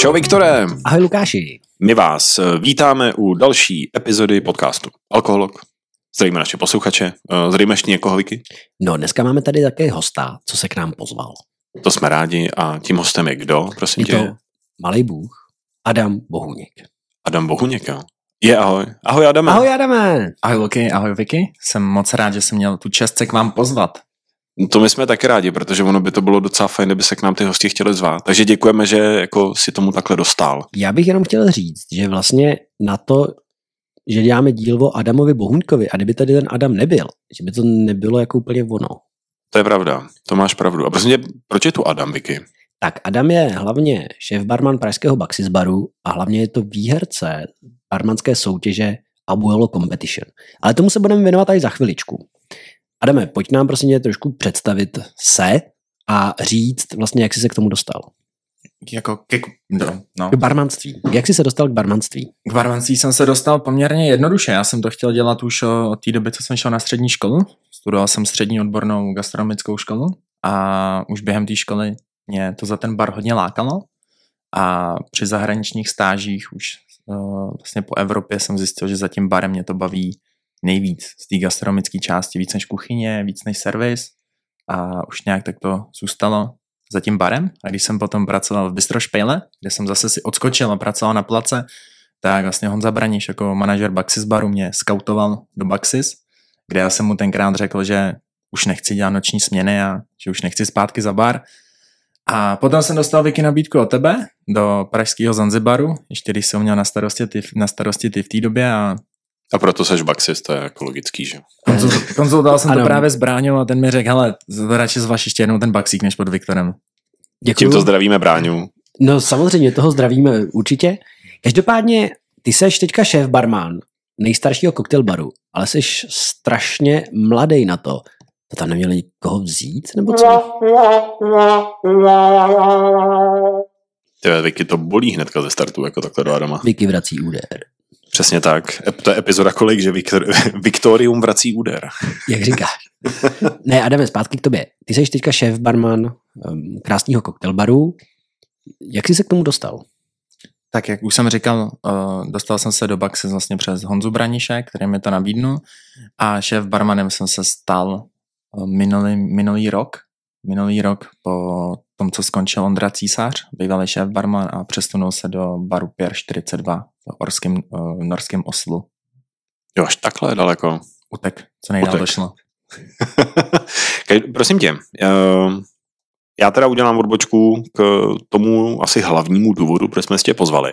Čau Viktore, Ahoj Lukáši. my vás eh, vítáme u další epizody podcastu Alkoholog. Zdravíme naše posluchače, eh, zdravíme ještě někoho Vicky, No dneska máme tady také hosta, co se k nám pozval. to jsme rádi a tím hostem je kdo, prosím Je tě? to malý bůh Adam Bohuněk. Adam Bohuněk, jo? Je ahoj. Ahoj Adame. Ahoj Adame. Ahoj Luky, ahoj Vicky. Jsem moc rád, že jsem měl tu čest se k vám pozvat. To my jsme taky rádi, protože ono by to bylo docela fajn, kdyby se k nám ty hosti chtěli zvát. Takže děkujeme, že jako si tomu takhle dostal. Já bych jenom chtěl říct, že vlastně na to, že děláme díl o Adamovi Bohuňkovi a kdyby tady ten Adam nebyl, že by to nebylo jako úplně ono. To je pravda, to máš pravdu. A prosím tě, proč je tu Adam, Vicky? Tak Adam je hlavně šéf barman pražského Baxis baru a hlavně je to výherce barmanské soutěže Abuelo Competition. Ale tomu se budeme věnovat až za chviličku. Adame, pojď nám prosím tě trošku představit se a říct vlastně, jak jsi se k tomu dostal. Jako ke, no, no. K barmanství. Jak jsi se dostal k barmanství? K barmanství jsem se dostal poměrně jednoduše. Já jsem to chtěl dělat už o, od té doby, co jsem šel na střední školu. Studoval jsem střední odbornou gastronomickou školu a už během té školy mě to za ten bar hodně lákalo. A při zahraničních stážích už o, vlastně po Evropě jsem zjistil, že za tím barem mě to baví nejvíc z té gastronomické části, víc než kuchyně, víc než servis. A už nějak tak to zůstalo za tím barem. A když jsem potom pracoval v Bistro Špejle, kde jsem zase si odskočil a pracoval na place, tak vlastně Honza Braniš jako manažer Baxis baru mě skautoval do Baxis, kde já jsem mu tenkrát řekl, že už nechci dělat noční směny a že už nechci zpátky za bar. A potom jsem dostal Vicky nabídku od tebe do pražského Zanzibaru, ještě když jsem měl na starosti ty, na starosti ty v té době a A proto seš baxist, to je jako logický, že? konzul- konzultoval jsem to Ano. právě s Bráňou a ten mi řekl, hele, z- radši zvaš ještě jednou ten Baxík než pod Viktorem. Děkuju. Tímto zdravíme Bráňu. No samozřejmě, toho zdravíme určitě. Každopádně, ty seš teďka šéf barman nejstaršího koktejl baru, ale seš strašně mladý na to. To tam neměli nikoho vzít, nebo co? Ty Vicky to bolí hnedka ze startu, jako takhle do Adama. Vicky vrací úder. Přesně tak. Ep- To je epizoda kolik, že Viktor, Viktorium vrací úder. Jak říkáš? ne, Adame, zpátky k tobě. Ty jsi teďka šéf barman um, krásného koktejl baru. Jak jsi se k tomu dostal? Tak jak už jsem říkal, eh, dostal jsem se do Baxis vlastně přes Honzu Braniše, který mi to nabídnul a šéf barmanem jsem se stal eh, minulý, minulý rok, minulý rok po tom, co skončil Ondra Císař, bývalý šéf barman a přesunul se do baru Pier 42 v orském, eh, norském Oslu. Jo, až takhle daleko. Utek, co nejdál Utek. došlo. Ka- Prosím tě, ehm, já teda udělám odbočku k tomu asi hlavnímu důvodu, proč jsme si tě pozvali.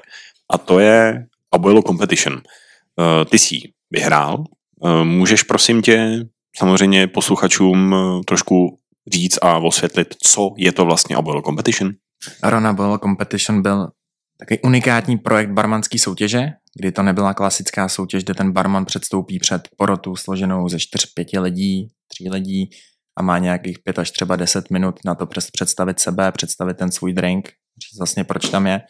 A to je Abuelo Competition. Eh, Ty jsi ji vyhrál. Eh, Můžeš prosím tě samozřejmě posluchačům eh, trošku říct a osvětlit, co je to vlastně Abuelo Competition? Rona Bowl Competition byl taky unikátní projekt barmanské soutěže, kdy to nebyla klasická soutěž, kde ten barman předstoupí před porotu složenou ze 4-5 lidí, 3 lidí a má nějakých 5 až třeba 10 minut na to přes- představit sebe, představit ten svůj drink, říct vlastně proč tam je.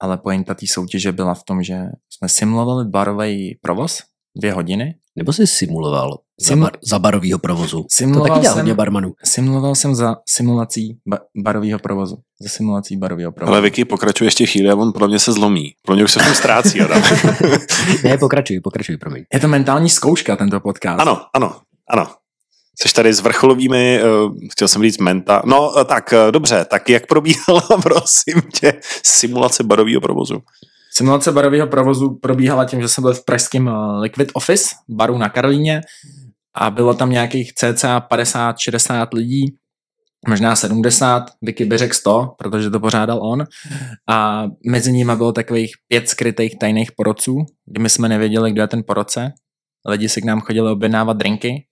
Ale pointa té soutěže byla v tom, že jsme simulovali barový provoz dvě hodiny. Nebo jsi simuloval za, Simu- bar, za barovýho provozu? To Simuloval taky dělá jsem- hodně barmanů. Simuloval jsem za simulací ba- barového provozu. Za simulací barového provozu. Ale Vicky pokračuje ještě chvíli a on pro mě se zlomí. Pro mě už se v tom ztrácí, Adam. Ne, pokračuj, pokračuj, promiň. Je to mentální zkouška tento podcast. Ano, ano, ano. Jsi tady s vrcholovými, uh, chtěl jsem říct menta. No eh, tak, eh, dobře, tak jak probíhala, prosím tě, simulace barového provozu? Simulace barového provozu probíhala tím, že jsem byl v pražském eh, Liquid Office baru na Karolíně a bylo tam nějakých cca 50-60 lidí, možná 70, Vicky by řekl 100, protože to pořádal on. A mezi nimi bylo takových pět skrytých tajných porodců, kdy my jsme nevěděli, kdo je ten porodce. Lidi si k nám chodili objednávat drinky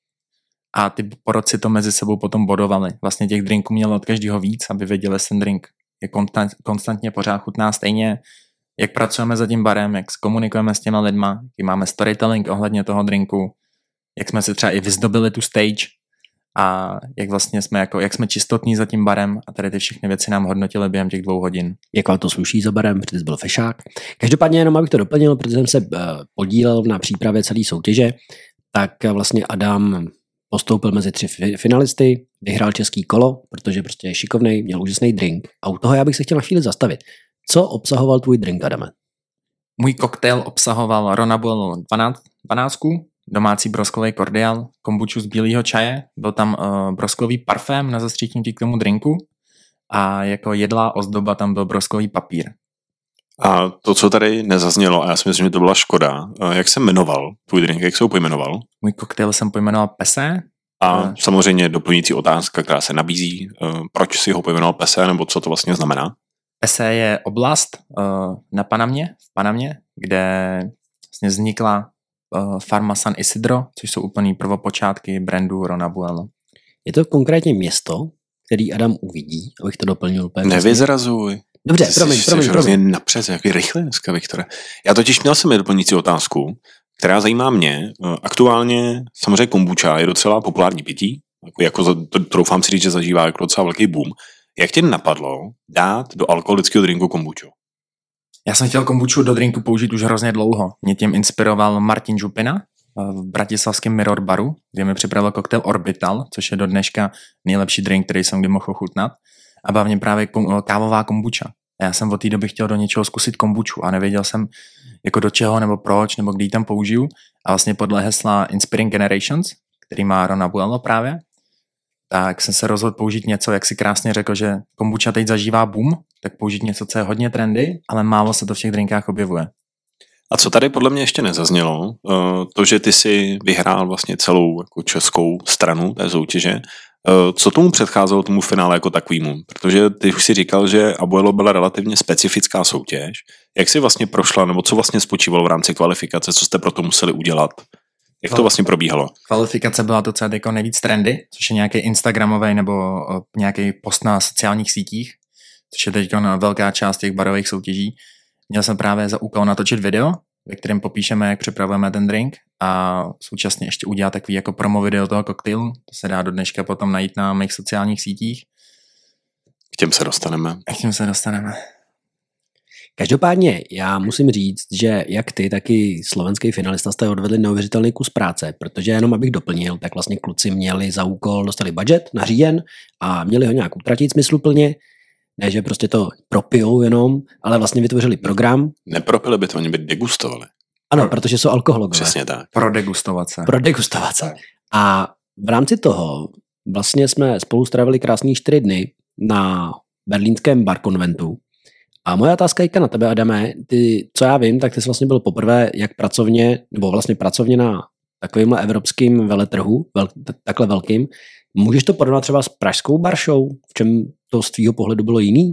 a ty porodci to mezi sebou potom bodovali. Vlastně těch drinků mělo od každého víc, aby věděli, jestli ten drink je konstant, konstantně pořád chutná stejně, jak pracujeme za tím barem, jak komunikujeme s těma lidma, jaký máme storytelling ohledně toho drinku, jak jsme si třeba i vyzdobili tu stage a jak vlastně jsme jako, jak jsme čistotní za tím barem a tady ty všechny věci nám hodnotily během těch dvou hodin. jak vám to sluší za barem, protože jsi byl fešák. Každopádně jenom abych to doplnil, protože jsem se eh, podílel na přípravě celé soutěže, tak eh, vlastně Adam postoupil mezi tři fi- finalisty, vyhrál český kolo, protože prostě je šikovnej, měl úžasný drink. A u toho já bych se chtěl na chvíli zastavit. Co obsahoval tvůj drink, Adame? Můj koktejl obsahoval Ronabuelo 12, 12 domácí broskový kordiál, kombuču z bílého čaje, byl tam uh, broskový parfém na zastříknutí k tomu drinku a jako jedlá ozdoba tam byl broskový papír. A to, co tady nezaznělo, a já si myslím, že to byla škoda, eh, jak se jmenoval tvůj drink, jak se ho pojmenoval? Můj koktejl jsem pojmenoval Pese, A Eh. samozřejmě doplňující otázka, která se nabízí, eh, proč si ho pojmenoval Pese, nebo co to vlastně znamená? Pese je oblast uh, na Panamě, v Panamě, kde vlastně vznikla uh, farma San Isidro, což jsou úplný prvopočátky brandu Rona Buello. Je to konkrétně město, který Adam uvidí, abych to doplnil úplně. přesně. Nevyzrazuj. Dobře, Ty promiň, jsi, promiň, jsi promiň. hrozně napřed, jaký rychle dneska, Viktore. Já totiž měl jsem i doplňující otázku, která zajímá mě. Eh, Aktuálně samozřejmě kombuča je docela populární pití, jako, jako za- to, troufám si říct, že zažívá jako docela velký boom. Jak tě napadlo dát do alkoholického drinku kombuču? Já jsem chtěl kombuču do drinku použít už hrozně dlouho. Mě tím inspiroval Martin Župina eh, v bratislavském Mirror Baru, kde mi připravil koktejl Orbital, což je do dneška nejlepší drink, který jsem kdy mohl ochutnat. A bavně právě kom- eh, kávová kombuča. A já jsem od té doby chtěl do něčeho zkusit kombuču a nevěděl jsem jako do čeho nebo proč nebo kdy ji tam použiju. A vlastně podle hesla Inspiring Generations, který má Rona Buello právě, tak jsem se rozhodl použít něco, jak si krásně řekl, že kombuča teď zažívá boom, tak použít něco, co je hodně trendy, ale málo se to v těch drinkách objevuje. A co tady podle mě ještě nezaznělo, eh, to, že ty si vyhrál vlastně celou jako českou stranu té soutěže, Eh, co tomu předcházelo tomu finále jako takovýmu? Protože ty už si říkal, že Abuelo byla relativně specifická soutěž. Jak si vlastně prošla, nebo co vlastně spočívalo v rámci kvalifikace, co jste pro to museli udělat? Jak to vlastně probíhalo? Kvalifikace byla to, co je jako nejvíc trendy, což je nějaký Instagramový nebo eh, nějaký post na sociálních sítích, což je teď velká část těch barových soutěží. Měl jsem právě za úkol natočit video, ve kterém popíšeme, jak připravujeme ten drink a současně ještě udělat takový jako promo video toho koktejlu. To se dá do dneška potom najít na mých sociálních sítích. K těm se dostaneme. A k tím se dostaneme. Každopádně já musím říct, že jak ty, tak i slovenský finalista jste odvedli neuvěřitelný kus práce, protože jenom abych doplnil, tak vlastně kluci měli za úkol, dostali budget na říjen a měli ho nějak utratit smysluplně, ne, že prostě to propijou jenom, ale vlastně vytvořili program. Nepropili by to, oni by degustovali. Ano, protože jsou alkoholové. Přesně tak. Prodegustovat se. Pro degustovace. Tak. A v rámci toho vlastně jsme spolu strávili krásný čtyři dny na berlínském barkonventu. A moje otázka Jika na tebe, Adame, ty, co já vím, tak ty jsi vlastně byl poprvé jak pracovně, nebo vlastně pracovně na takovýmhle evropským veletrhu, vel, t- takhle velkým. Můžeš to porovnat třeba s pražskou baršou? V čem to z tvýho pohledu bylo jiný?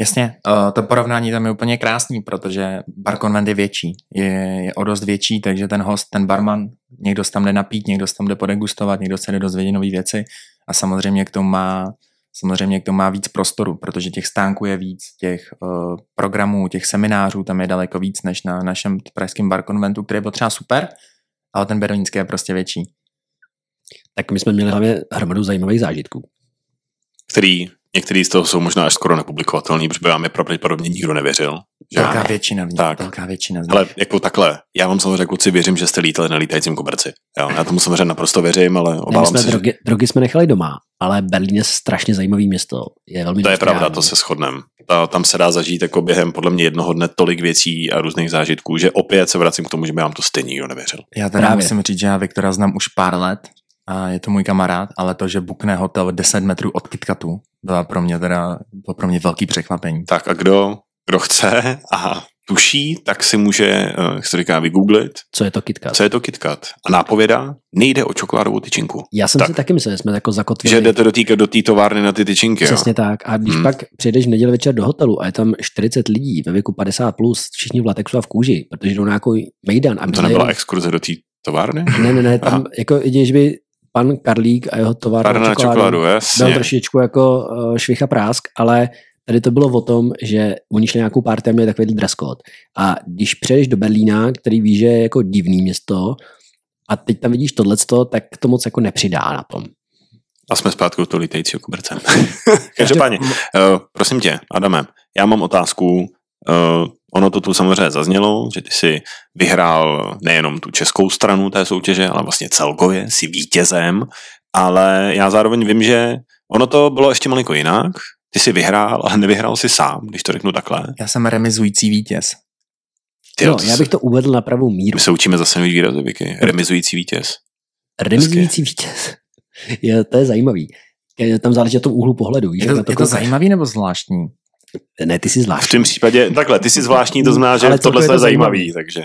Jasně, eh, to porovnání tam je úplně krásný, protože bar konvent je větší, je, je o dost větší, takže ten host, ten barman, někdo se tam jde napít, někdo se tam jde podegustovat, někdo se jde dozvědět nové věci a samozřejmě k tomu má samozřejmě k tomu má víc prostoru, protože těch stánků je víc, těch uh, programů, těch seminářů tam je daleko víc než na našem pražském bar konventu, který byl třeba super, ale ten berlínský je prostě větší. Tak my jsme měli hlavně hromadu zajímavých zážitků. Který, některý z toho jsou možná až skoro nepublikovatelný, protože by vám je pravděpodobně nikdo nevěřil. že Velká ano. většina v nich, Tak. velká většina z nich. Ale jako takhle, já vám samozřejmě kluci věřím, že jste lítali na lítajícím koberci. Jo, já tomu samozřejmě naprosto věřím, ale Ne, my obávám jsme se, že drogy, drogy jsme nechali doma, ale Berlín je strašně zajímavý město. Je velmi to je industriální. pravda, to se shodneme. Ta, tam se dá zažít jako během podle mě jednoho dne tolik věcí a různých zážitků, že opět se vracím k tomu, že by vám to stejně nikdo nevěřil. Já teda Právě. Právě. musím říct, že já Viktora znám už pár let a je to můj kamarád, ale to, že bukne hotel 10 metrů od KitKatu, byla pro mě teda, bylo pro mě velký překvapení. Tak a kdo, kdo chce a tuší, tak si může, eh, jak se to říká, vygooglit, Co je to KitKat? co je to KitKat. A nápověda, nejde o čokoládovou tyčinku. Já jsem Tak. si taky myslel, že jsme jako zakotvili. Že jdete do té do té továrny na ty tyčinky. Jo? Přesně tak. A když Hmm. hmm. pak přijdeš v neděli večer do hotelu a je tam 40 lidí ve věku 50 plus, všichni v latexu a v kůži, protože jdou na nějaký mejdan. A my To jsme nebyla jenom- exkurze do té továrny? Ne, ne, ne, tam Aha. jako i když by pan Karlík a jeho továrna Továrna na čokoládu, byl jasně. trošičku jako uh, švih a prásk, ale tady to bylo o tom, že oni šli na nějakou party a měli takový dress code. A když přejdeš do Berlína, který ví, že je jako divný město, a teď tam vidíš tohleto, tak to moc jako nepřidá na tom. A jsme zpátky u toho lítajícího koberce. Každopádně, uh, prosím tě, Adame, já mám otázku. Uh, ono to tu samozřejmě zaznělo, že ty si vyhrál nejenom tu českou stranu té soutěže, ale vlastně celkově si vítězem, ale já zároveň vím, že ono to bylo ještě malinko jinak. Ty jsi vyhrál, ale nevyhrál si sám, když to řeknu takhle. Já jsem remizující vítěz. Ty, no, já bych to uvedl na pravou míru. My se učíme zase nový výrazy, Vicky. Remizující vítěz. Remizující vítěz. Je, to je zajímavý. Je, tam záleží na tom úhlu pohledu. Víš, Je jak to, na je to koukáš. zajímavý nebo zvláštní? Ne, ty jsi V zvláštní. tom případě, takhle, ty jsi zvláštní, to znamená, že Ale celkově tohle je je to zajímavý, takže.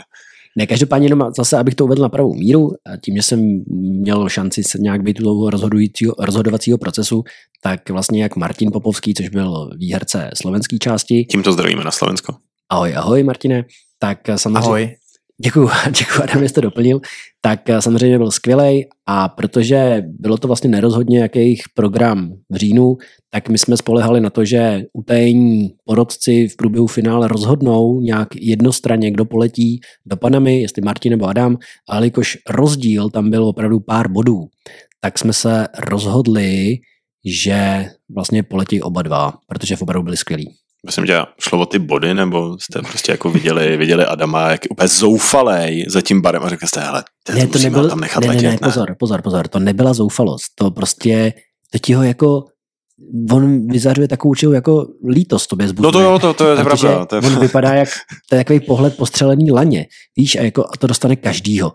Ne, každopádně jenom zase, abych to uvedl na pravou míru, a tím, že jsem měl šanci se nějak být u toho rozhodujícího- rozhodovacího procesu, tak vlastně jak Martin Popovský, což byl výherce slovenské části, Tímto zdravíme na Slovensko. ahoj, ahoj Martine, tak samozřejmě... Ahoj. Děkuju, děkuju, Adam, že jste doplnil. Tak eh, samozřejmě byl skvělej a protože bylo to vlastně nerozhodně, jaký jejich program v říjnu, tak my jsme spolehali na to, že utajení porodci v průběhu finále rozhodnou nějak jednostranně, kdo poletí do Panamy, jestli Martin nebo Adam, ale jelikož rozdíl tam byl opravdu pár bodů, tak jsme se rozhodli, že vlastně poletí oba dva, protože opravdu byli skvělí. Myslím, že šlo o ty body, nebo jste prostě jako viděli, viděli Adama, jak je úplně zoufalej za tím barem a řekli jste, hele, ten Ne, to nebyl, tam nechat ne, ne, jako letět, ne, pozor, pozor, pozor, to nebyla zoufalost, to prostě, to ti ho jako, on vyzařuje takovou určitou jako lítost tobě No zbuzuje. to jo, to, to je protože pravda. To je... on vypadá jak to je takový pohled postřelený laně, víš, a, jako, a to dostane každýho.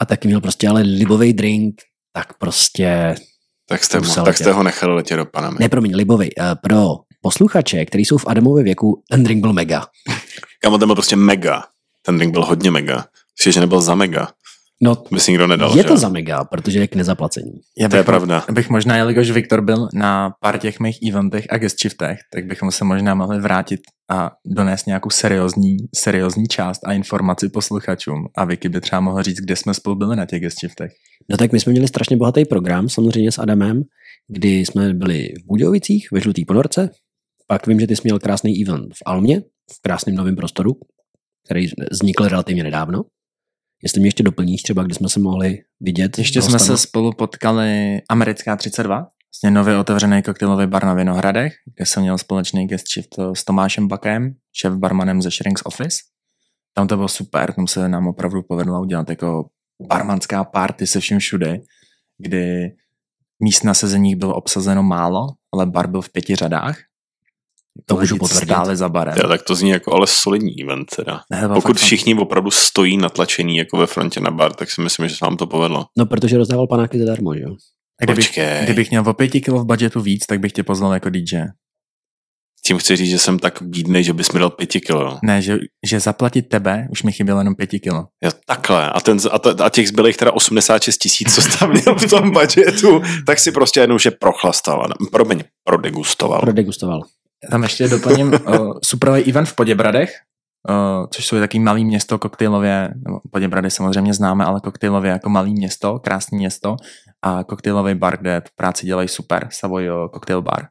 A taky měl prostě ale libový drink, tak prostě, Tak jste, musel mu, tak jste letět. ho nechali letět do Panamy. ne promiň, libový, eh, pro posluchače, který jsou v Adamově věku, ten drink byl mega. Kamo, ten byl prostě mega. Ten drink byl hodně mega. Ještě, že nebyl za mega. No, To by si nikdo nedal. je že? to za mega, protože je k nezaplacení. Já To je bych- pravda. Abych možná, jelikož Viktor byl na pár těch mých eventech a guest shiftech, tak bychom se možná mohli vrátit a donést nějakou seriózní, seriózní část a informaci posluchačům. A Vicky by třeba mohla říct, kde jsme spolu byli na těch guest shiftech. No tak my jsme měli strašně bohatý program, samozřejmě s Adamem, kdy jsme byli v Budějovicích ve Žlutý ponorce, pak vím, že ty jsi měl krásný event v Almě, v krásném novém prostoru, který vznikl relativně nedávno. Jestli mě ještě doplníš třeba, kde jsme se mohli vidět. Ještě s jsme hostama. se spolu potkali Americká 32, vlastně nově otevřený koktejlový bar na Vinohradech, kde jsem měl společný guest shift eh, s Tomášem Bakem, šéf barmanem ze Shrink's Office. Tam to bylo super, tam se nám opravdu povedlo udělat jako barmanská party se vším všude, kdy míst na sezeních bylo obsazeno málo, ale bar byl v pěti řadách. To můžu Lidi, co potvrdit. Stáli za barem. Jo, tak to zní jako ale solidní event No, teda. Ne, to bylo Pokud fakt- všichni opravdu stojí natlačení jako ve frontě na bar, tak si myslím, že se vám to povedlo. No, protože rozdával panáky zadarmo, že jo? A kdybych, Počkej, kdybych měl o pěti kilo v budžetu víc, tak bych tě pozval jako DJ. tím chci říct, že jsem tak bídnej, že bys mi dal pěti kilo. Ne, že, že zaplatit tebe už mi chybělo jenom pěti kilo. Jo, takhle. A, ten, a, t- a těch zbylých teda 86 tisíc, co jsi tam měl v tom budžetu, tak si prostě jenom, že prochlastal. Promiň, prodegustoval. Prodegustoval. Tam ještě doplním uh, superový event v Poděbradech, uh, což jsou takový malý město koktejlově, nebo Poděbrady samozřejmě známe, ale koktejlově jako malý město, krásné město a koktejlový bar, kde tu práci dělají super, Savoy eh, Cocktail Bar.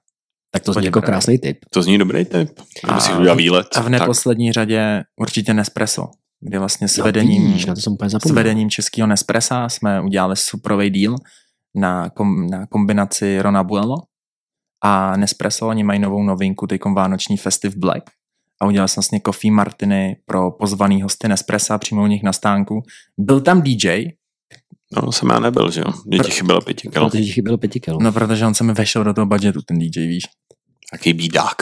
Tak to je Poděbrady. jako krásný tip. To zní dobrý tip. Kdyby A- si udělal výlet. A v tak. neposlední tak. řadě určitě Nespresso, kde vlastně s No, vedením... vidíš, na to jsem úplně s zapomněl. vedením českého Nespressa jsme udělali superový deal na, kom, na kombinaci Rona Buello a Nespresso. Oni mají novou novinku, teď vánoční Festive Black. A udělal jsem vlastně coffee martiny pro pozvaný hosty Nespressa přímo u nich na stánku. Byl tam DJ, No, jsem já nebyl, že jo. Mě ti Pr- chybělo pěti kilo. Protože ti chybělo pěti kilo. no protože on se mi vešel do toho budgetu, ten DJ, víš. Taký bídák.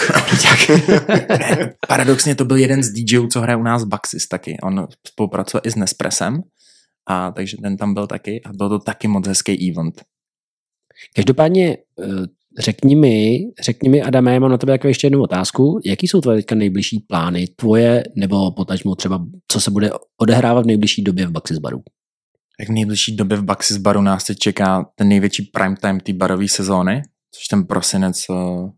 Ne, Paradoxně to byl jeden z DJů, co hraje u nás Baxis taky. On spolupracuje i s Nespressem, a takže ten tam byl taky a byl to taky moc hezký event. Každopádně eh, řekni mi, řekni mi, Adame, já mám na tebe jako ještě jednu otázku. Jaký jsou tvoje teďka nejbližší plány tvoje, nebo potažmo třeba, co se bude odehrávat v nejbližší době v Baxis baru? Tak v nejbližší době v Baxis baru nás teď čeká ten největší primetime té barové sezóny, což ten prosinec eh,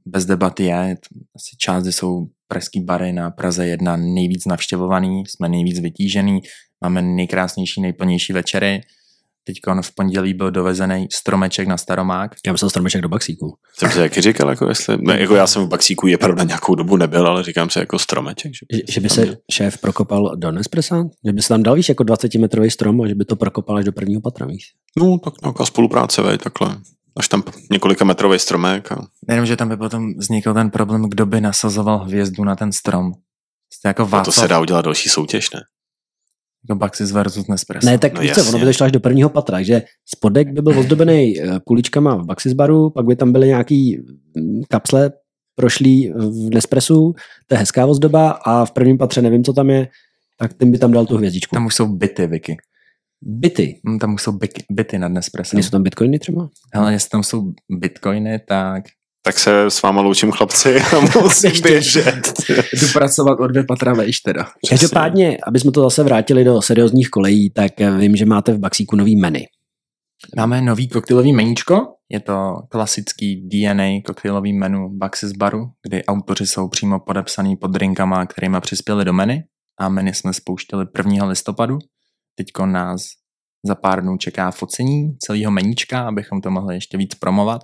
bez debaty je. Je to Asi část, kdy jsou pražský bary na Praze 1 nejvíc navštěvovaný, jsme nejvíc vytížený, máme nejkrásnější, nejplnější večery. Teď v pondělí byl dovezený stromeček na Staromák. Já myslel stromeček do Baxíku. jsem si taky říkal, jako jestli... Ne, jako já jsem v Baxíku, je pravda, nějakou dobu nebyl, ale říkám si jako stromeček. Že, Že, že by tam se byl. šéf prokopal do Nespressa? Že by se tam dal víš jako 20-metrový strom a že by to prokopal až do prvního patra, víš? No, tak nějaká spolupráce, vej, takhle. Až tam několika metrový stromek a Nejenom, že tam by potom vznikl ten problém, kdo by nasazoval hvězdu na ten strom. Jste jako a No, to Václav, se dá udělat další soutěž, ne? jako Baxis versus Nespresso. Ne, tak no no, víš co, jasně. ono by to šlo až do prvního patra, že spodek by byl ozdobený eh, kuličkama v Baxis baru, pak by tam byly nějaký mm, kapsle prošlý v Nespressu, to je hezká ozdoba a v prvním patře nevím, co tam je, tak ten by tam dal tu hvězdičku. Tam už jsou byty, Vicky. Byty. Hm, Tam už jsou byky, byty nad Nespresso. Nejsou tam bitcoiny třeba? Hele, jestli tam jsou bitcoiny, tak Tak se s váma loučím chlapci a musím Ještě. běžet. jdu pracovat o dvě patra vejš teda. Každopádně, aby jsme to zase vrátili do seriózních kolejí, tak eh, vím, že máte v Baxíku nový menu. Máme nový koktejlový meníčko, je to klasický DNA koktejlový menu Baxis Baru, kdy autoři jsou přímo podepsaný pod drinkama, kterýma přispěli do menu a menu jsme spouštěli 1. listopadu. Teďko nás za pár dnů čeká focení celého meníčka, abychom to mohli ještě víc promovat.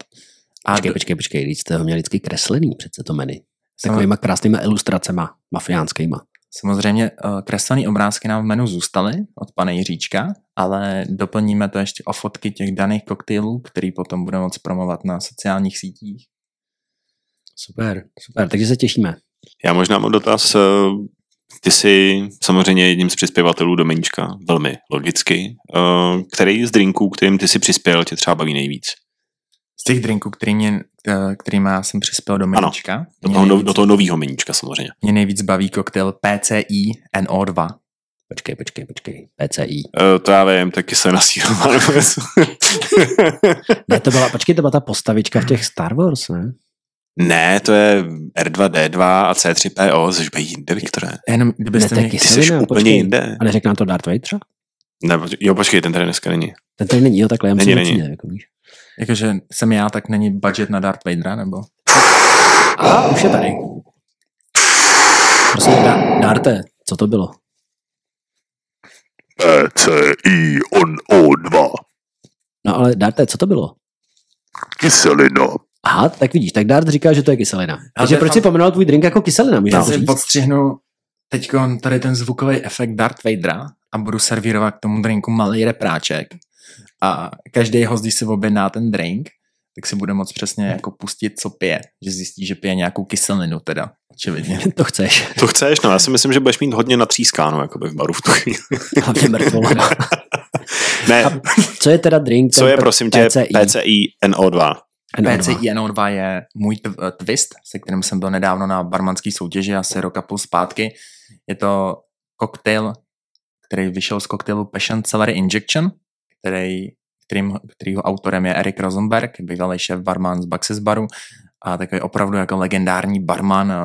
A Počkej, do- počkej, počkej, když jste ho měli vždycky kreslený přece to menu. S Ano. takovýma krásnýma ilustracema, mafiánskýma. Samozřejmě eh, kreslené obrázky nám v menu zůstaly od pana Jiříčka, ale doplníme to ještě o fotky těch daných koktejlů, který potom budeme moc promovat na sociálních sítích. Super, super, takže se těšíme. Já možná mám dotaz. eh, Ty jsi samozřejmě jedním z přispěvatelů do Meníčka, velmi logicky. Eh, Který z drinků, kterým ty jsi přispěl, tě třeba baví nejvíc? Z těch drinků, který mě, eh, kterýma já jsem přispěl do menička, Do mě, toho, no, nejvíc, do toho nového Meníčka samozřejmě. mě nejvíc baví koktejl PCI NO2. Počkej, počkej, počkej. PCI. Eh, To já vím, taky se nasírová. Ne, to byla, počkej, to byla ta postavička v těch Star Wars, ne? ne, to je R2D2 a C3PO, jsi by jinde, Viktore. Jenom kdybyste Ne, mě, taky Ty jsi Selina, úplně počkej. jinde. A neřekl nám to Darth Vader třeba? Ne, poč- jo, počkej, ten tady dneska není. Ten tady není, jo, takhle, já Není, myslím, že není. přijde, jako víš. jakože jsem já, tak není budget na Darth Vadera, nebo? A už je tady. Prosím, da, Darte, co to bylo? PCI on O2. No ale Darte, co to bylo? Kyselina. Aha, tak vidíš, tak Dart říká, že to je kyselina. to Takže je proč fakt- si pomenoval tvůj drink jako kyselina, můžeš Já no, si říct? podstřihnu teď tady ten zvukový efekt Darth Vadera a budu servírovat k tomu drinku malý repráček. A každý host, když si objedná ten drink, tak si bude moc přesně jako pustit, co pije. Že zjistí, že pije nějakou kyselinu teda, očividně. To chceš, To chceš, no já si myslím, že budeš mít hodně natřískáno jakoby v baru v tu chvíli. hlavně mrtvolu. A Ne, Co je teda drink? co ten je P- prosím tě PCI? PCI NO2? NO2. PCI NO2 je můj tw- eh, twist, se kterým jsem byl nedávno na barmanský soutěži asi roka půl zpátky. Je to koktejl, který vyšel z koktejlu Passion Celery Injection, který, kterým, kterýho autorem je Erik Rosenberg, bývalý šéf barman z Baxis baru a takový opravdu jako legendární barman eh,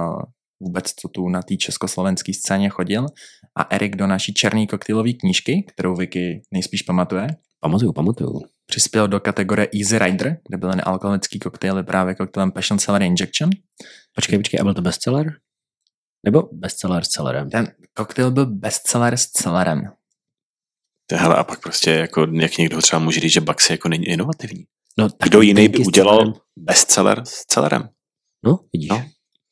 vůbec, co tu na té československé scéně chodil. A Erik do naší černé koktejlové knížky, kterou Vicky nejspíš pamatuje, Pamatuju, pamatuju. přispěl do kategorie Easy Rider, kde byly nealkoholický koktejly právě koktejlem Passion Celery Injection. Počkej, počkej, a byl to bestseller? Nebo bestseller s celerem? Ten koktejl byl bestseller s celerem. To Hele, a pak prostě jako, jak někdo třeba může říct, že Baxi jako není inovativní. No, tak Kdo jiný by drinky s udělal celerem. bestseller s celerem? No, vidíš. No.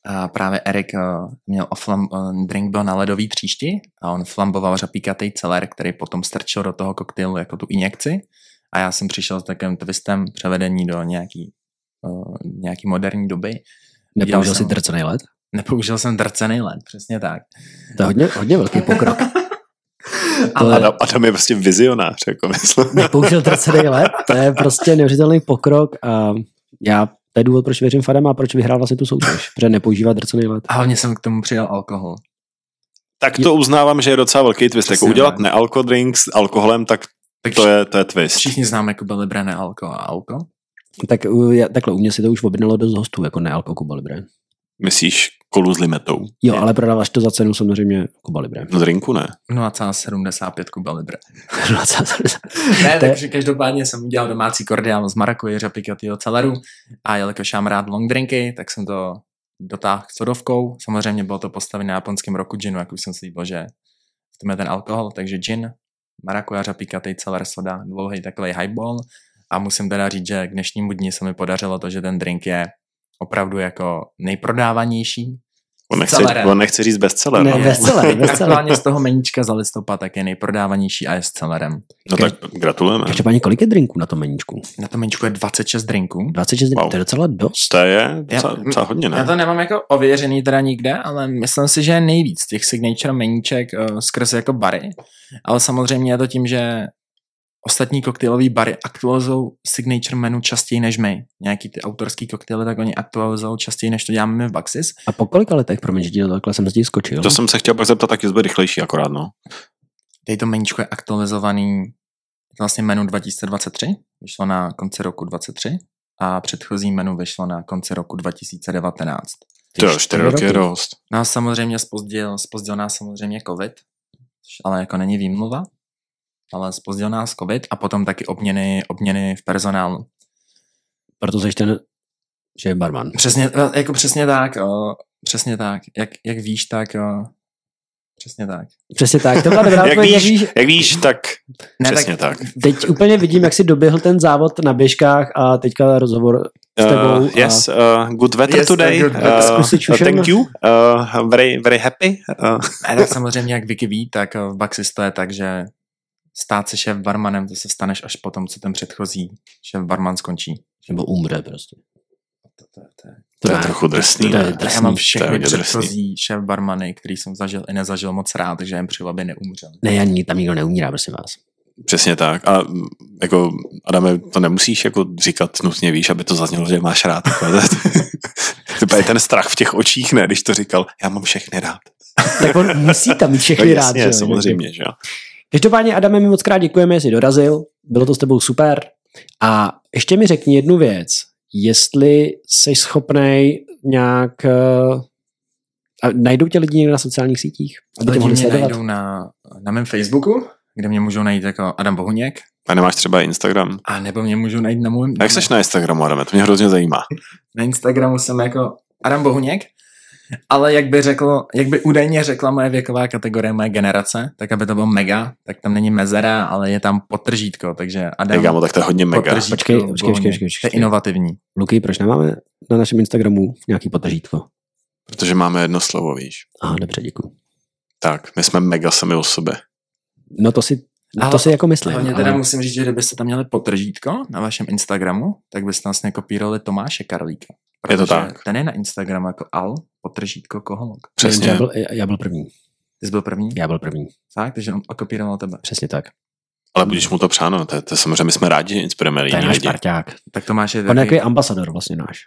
A právě Erik eh, měl oflam, eh, drink byl na ledový tříšti a on flamboval řapíkatý celer, který potom strčil do toho koktejlu jako tu injekci. A já jsem přišel s takovým twistem převedení do nějaký, eh, nějaký moderní doby. Viděl Nepoužil jsem si ho. drcený led? Nepoužil jsem drcený led, přesně tak. To je hodně, hodně velký pokrok. Ale... Ale Adam, Adam je prostě vizionář, jako myslím. nepoužil drcený led, to je prostě neuvěřitelný pokrok a já to je důvod, proč věřím Fadam a proč vyhrál vlastně tu soutěž, protože nepoužívá drcený led. A hlavně jsem k tomu přidal alkohol. Tak to uznávám, že je docela velký twist. Jako Přesně udělat tak. nealko drink s alkoholem, tak Tak to je, to je twist. Všichni známe Kuba Libre, ne alko a alko. Tak u- já- takhle u mě si to už objednalo dost hostů, jako ne alko Kuba Libre. Myslíš kolu s limetou? Jo, ale prodáváš to za cenu samozřejmě Kuba Libre. No drinku ne. 0,75 Kuba Libre. No, co- co- co- Ne, To je- takže každopádně jsem udělal domácí kordiál z marakuje, řapikatýho celeru a jelikož mám rád long drinky, tak jsem to dotáhl sodovkou. Samozřejmě bylo to postavené na japonském roku ginu, jak už jsem slíbil, že v tom je ten alkohol, takže gin, marakuja, řapikatý, celer, soda, dlouhý takový highball. A musím teda říct, že k dnešnímu dni se mi podařilo to, že ten drink je opravdu jako nejprodávanější, On S nechce, celerem. on nechce říct bestseller. Ne, ale- bez- No, bestseller, bestseller. Aktuálně z toho meníčka za listopad tak je nejprodávanější a je s celerem. No tak gratulujeme. Každopádně kolik je drinků na tom meníčku? Na tom meníčku je 26 drinků. 26 drinků, Wow. to je docela dost. To je docela, Já- docela hodně, Já ne? to nemám jako ověřený teda nikde, ale myslím si, že je nejvíc eh, těch signature meníček uh, skrz jako bary. Ale samozřejmě je to tím, že ostatní koktejlové bary aktualizují signature menu častěji než my. Nějaký ty autorský koktejly, tak oni aktualizují častěji, než to děláme my v Baxis. A po kolika letech, promiň, že ti to takhle jsem zdi skočil. To jsem se chtěl pak zeptat, tak je rychlejší akorát, no. Tady to meníčko je aktualizovaný je to vlastně menu 2023, vyšlo na konci roku 23 a předchozí menu vyšlo na konci roku 2019. To jo, čtyři roky je dost. No a samozřejmě spozdil, spozdil nás samozřejmě covid, což ale jako není výmluva, ale spozdil nás covid a potom taky obměny, obměny v personálu. Proto jsi ten šéf barman. Přesně, eh, jako přesně tak, o, přesně tak. Jak, jak víš, tak o, přesně tak. Přesně tak, to byla dobrá Jak odpověď, jak víš. víš. Jak víš, tak přesně tak. Teď úplně vidím, jak si doběhl ten závod na běžkách a teďka rozhovor s tebou. Uh, yes, uh, good weather Yes, today. good weather. Uh, Zkusy uh, čušem. thank you. Uh, very, very happy. Uh, Ne, tak samozřejmě, jak Vicky ví, tak eh, v Baxis to je tak, že stát se šéf barmanem, to se staneš až potom, co ten předchozí šéf barman skončí. Nebo umře prostě. To, to, to, je- to je ne. trochu drsný. To je ne? drsný. já mám to je všechny hodně drsný. předchozí šéf barmany, který jsem zažil i nezažil moc rád, takže jim přeju, aby neumřel. Ne, ani tam nikdo neumírá, prosím vás. Přesně tak. A mm, jako, Adame, to nemusíš jako říkat nutně, víš, aby to zaznělo, že máš rád. Vypadá ten strach v těch očích, ne, když to říkal, já mám všechny rád. Tak on musí tam mít No, všechny rád. jasně, že jo? samozřejmě, že jo. Každopádně, Adame, my moc krát děkujeme, že jsi dorazil. Bylo to s tebou super. A ještě mi řekni jednu věc. Jestli jsi schopnej nějak... eh, A najdou tě lidi někde na sociálních sítích? Aby tě Lidi mohli mě sledovat? najdou na, na mém Facebooku, kde mě můžou najít jako Adam Bohuněk, A nemáš třeba Instagram? a nebo mě můžou najít na můj... A jak seš na Instagramu, Adame? To mě hrozně zajímá. Na Instagramu jsem jako Adam Bohuněk, ale jak by řekl, jak by údajně řekla moje věková kategorie, moje generace, tak aby to bylo mega, tak tam není mezera, ale je tam potržítko, takže Adam Egamo, tak to je hodně mega. potržítko Počkej, počkej, Bohuněk. počkej, počkej, To je počkej. inovativní. Luky, proč nemáme na našem Instagramu nějaký potažítko? Protože máme jedno slovo, víš. Aha, dobře, děkuji. Tak, my jsme mega sami o sobě. No to si, no to Ale- si jako myslím. Hlavně ale- teda musím říct, že kdybyste tam měli potržítko na vašem Instagramu, tak byste vlastně kopírovali Tomáše Karlíka. Je to Protože tak. Ten je na Instagramu jako al, potržítko koholok. Přesně. Já byl, já byl první. Ty jsi byl první? Já byl první. Fakt, takže on okopíroval tebe. Přesně tak. Ale budíš mu to přáno, to, je- to je samozřejmě my jsme rádi, že inspirujeme To je jiný náš lidi. parťák. Tak Tomáš je On je taky- takový ambasador vlastně náš.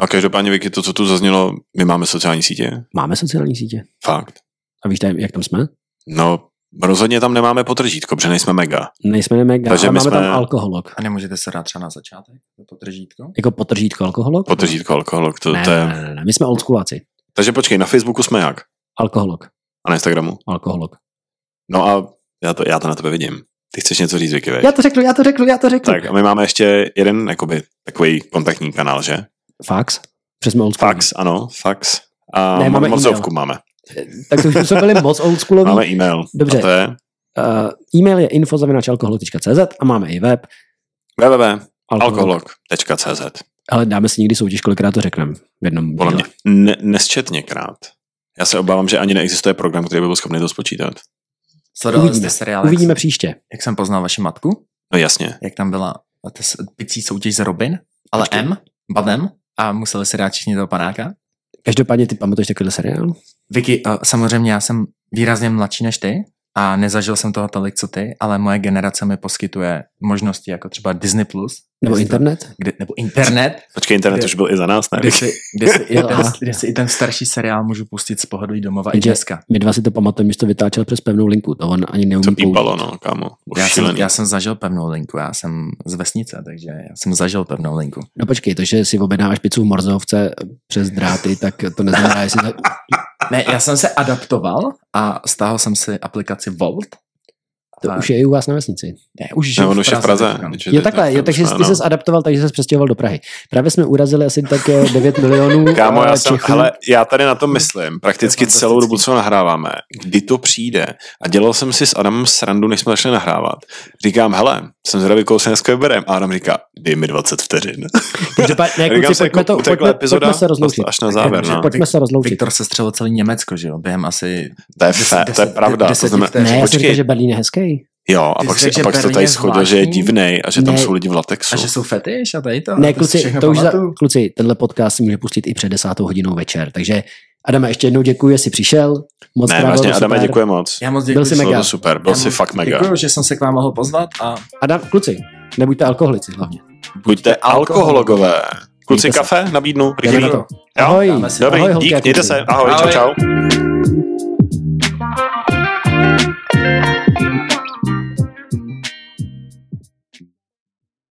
A každopádně, Vicky, to, co tu zaznělo, my máme sociální sítě? Máme sociální sítě. Fakt. A víš, tam- jak tam jsme? No, rozhodně tam nemáme potržítko, protože nejsme mega. Nejsme mega, Takže ale my máme tam jsme- alkoholok. A nemůžete se dát třeba na začátek? To potržítko? Jako potržítko alkoholok? Potržítko, alkoholok, to, ne, to ne, je... ne, ne, ne, my jsme oldschooláci. Takže počkej, na Facebooku jsme jak? Alkoholok, A na Instagramu? alkoholok. No a já to, já to na tebe vidím. Ty chceš něco říct, Vicky, veď? Já to řekl, já to řekl, já to řekl. Tak a my máme ještě jeden jakoby, takový kontaktní kanál, že? Fax? Přes jsme oldschool. Fax, ano, fax. A Mhm. Ne, ne, máme máme mozovku máme. Eh, Tak to už jsme byli moc oldschoolový. Máme e-mail. Dobře. A to je Uh, e-mail je info.alkoholok.cz a máme i web. www.alkoholog.cz Ale dáme si někdy soutěž, kolikrát to řekneme v jednom Podle mě díle. ne, nesčetněkrát. Já se obávám, že ani neexistuje program, který by byl schopný to spočítat. Sledovali Uvidíme. jste seriál, jak, Uvidíme příště. jak jsem poznal vaši matku? No jasně. Jak tam byla ta s- picí soutěž s Robin, ale Počkej. M, Badem a museli se dát všichni toho panáka? Každopádně ty pamatuješ takovýhle seriál? Vicky, eh, samozřejmě já jsem výrazně mladší než ty a nezažil jsem toho tolik, co ty, ale moje generace mi poskytuje možnosti jako třeba Disney+, Plus, Nebo internet? kde, nebo internet, Počkej, internet Kde- už byl i za nás, ne? kde si, kde, si i ten, Aha. kde si i ten starší seriál můžu pustit z pohodlí domova i Jenže- dneska. My dva si to pamatujeme, že jsi to vytáčel přes pevnou linku. To on ani neumí To použít. pípalo, no, kámo. Už Já jsem, šílený. já jsem zažil pevnou linku, já jsem z vesnice, takže já jsem zažil pevnou linku. No počkej, to, že si objednáváš pizzu v Morzovce přes dráty, tak to neznamená, jestli to... Ne, já jsem se adaptoval a stáhl jsem si aplikaci Volt. to A- už je i u vás na vesnici. Ne, už žiju Ne, on už je v Praze. teďka. takže Jo teď- takhle, jo, teď takže už ne, ty no. se adaptoval, takže se přestěhoval do Prahy. Právě jsme urazili asi tak eh, 9 milionů Kámo, já eh, jsem, Čechů. hele, já tady na tom myslím, prakticky To je celou dobu, fantastický. co nahráváme, kdy to přijde. A dělal jsem si s Adamem srandu, než jsme začali nahrávat. Říkám, hele, jsem zvědavý, koho se dneska vyberem. A Adam říká, dej mi 20 vteřin. Každopádně, ne, Říkám kluci, si, pojďme, jako, to, utekla pojďme, epizoda, pojďme se rozloučit. Až na závěr, no. Pojďme se rozloučit. Viktor se střelil celý Německo, že jo, během asi... To je, fe, to je deset- pravda. To deseti znamená, vteřin. Ne, já jsem počkej, říkal, že Berlín je hezký. Jo, a Ty pak, jsi si, řekl, a že pak se to Berlín tady je shodlo, že je zvláštní? divnej a že tam Ne. jsou lidi v latexu. A že jsou fetiš a tady to? Ne, to si kluci, všechno to už za, pamatuju. kluci, tenhle podcast si může pustit i před desátou hodinou večer, takže Adame, ještě jednou děkuji, že jsi přišel. Moc Ne, krát, vlastně bylo to Adame, super. děkuji moc. Já moc Byl děkuji. jsi že- Bylo mega. to super, byl Já jsi moc fakt mega. Děkuji, že jsem se k vám mohl pozvat a Adam, kluci, nebuďte alkoholici hlavně. Buďte alkohologové. Kluci, Mějte se. kafe nabídnu, Jdeme rychlý. na to. Jo, Ahoj. dáme si- Ahoj, Dobrý, holky a dík, mějte kluci. se, ahoj, čau, Ahoj. čau.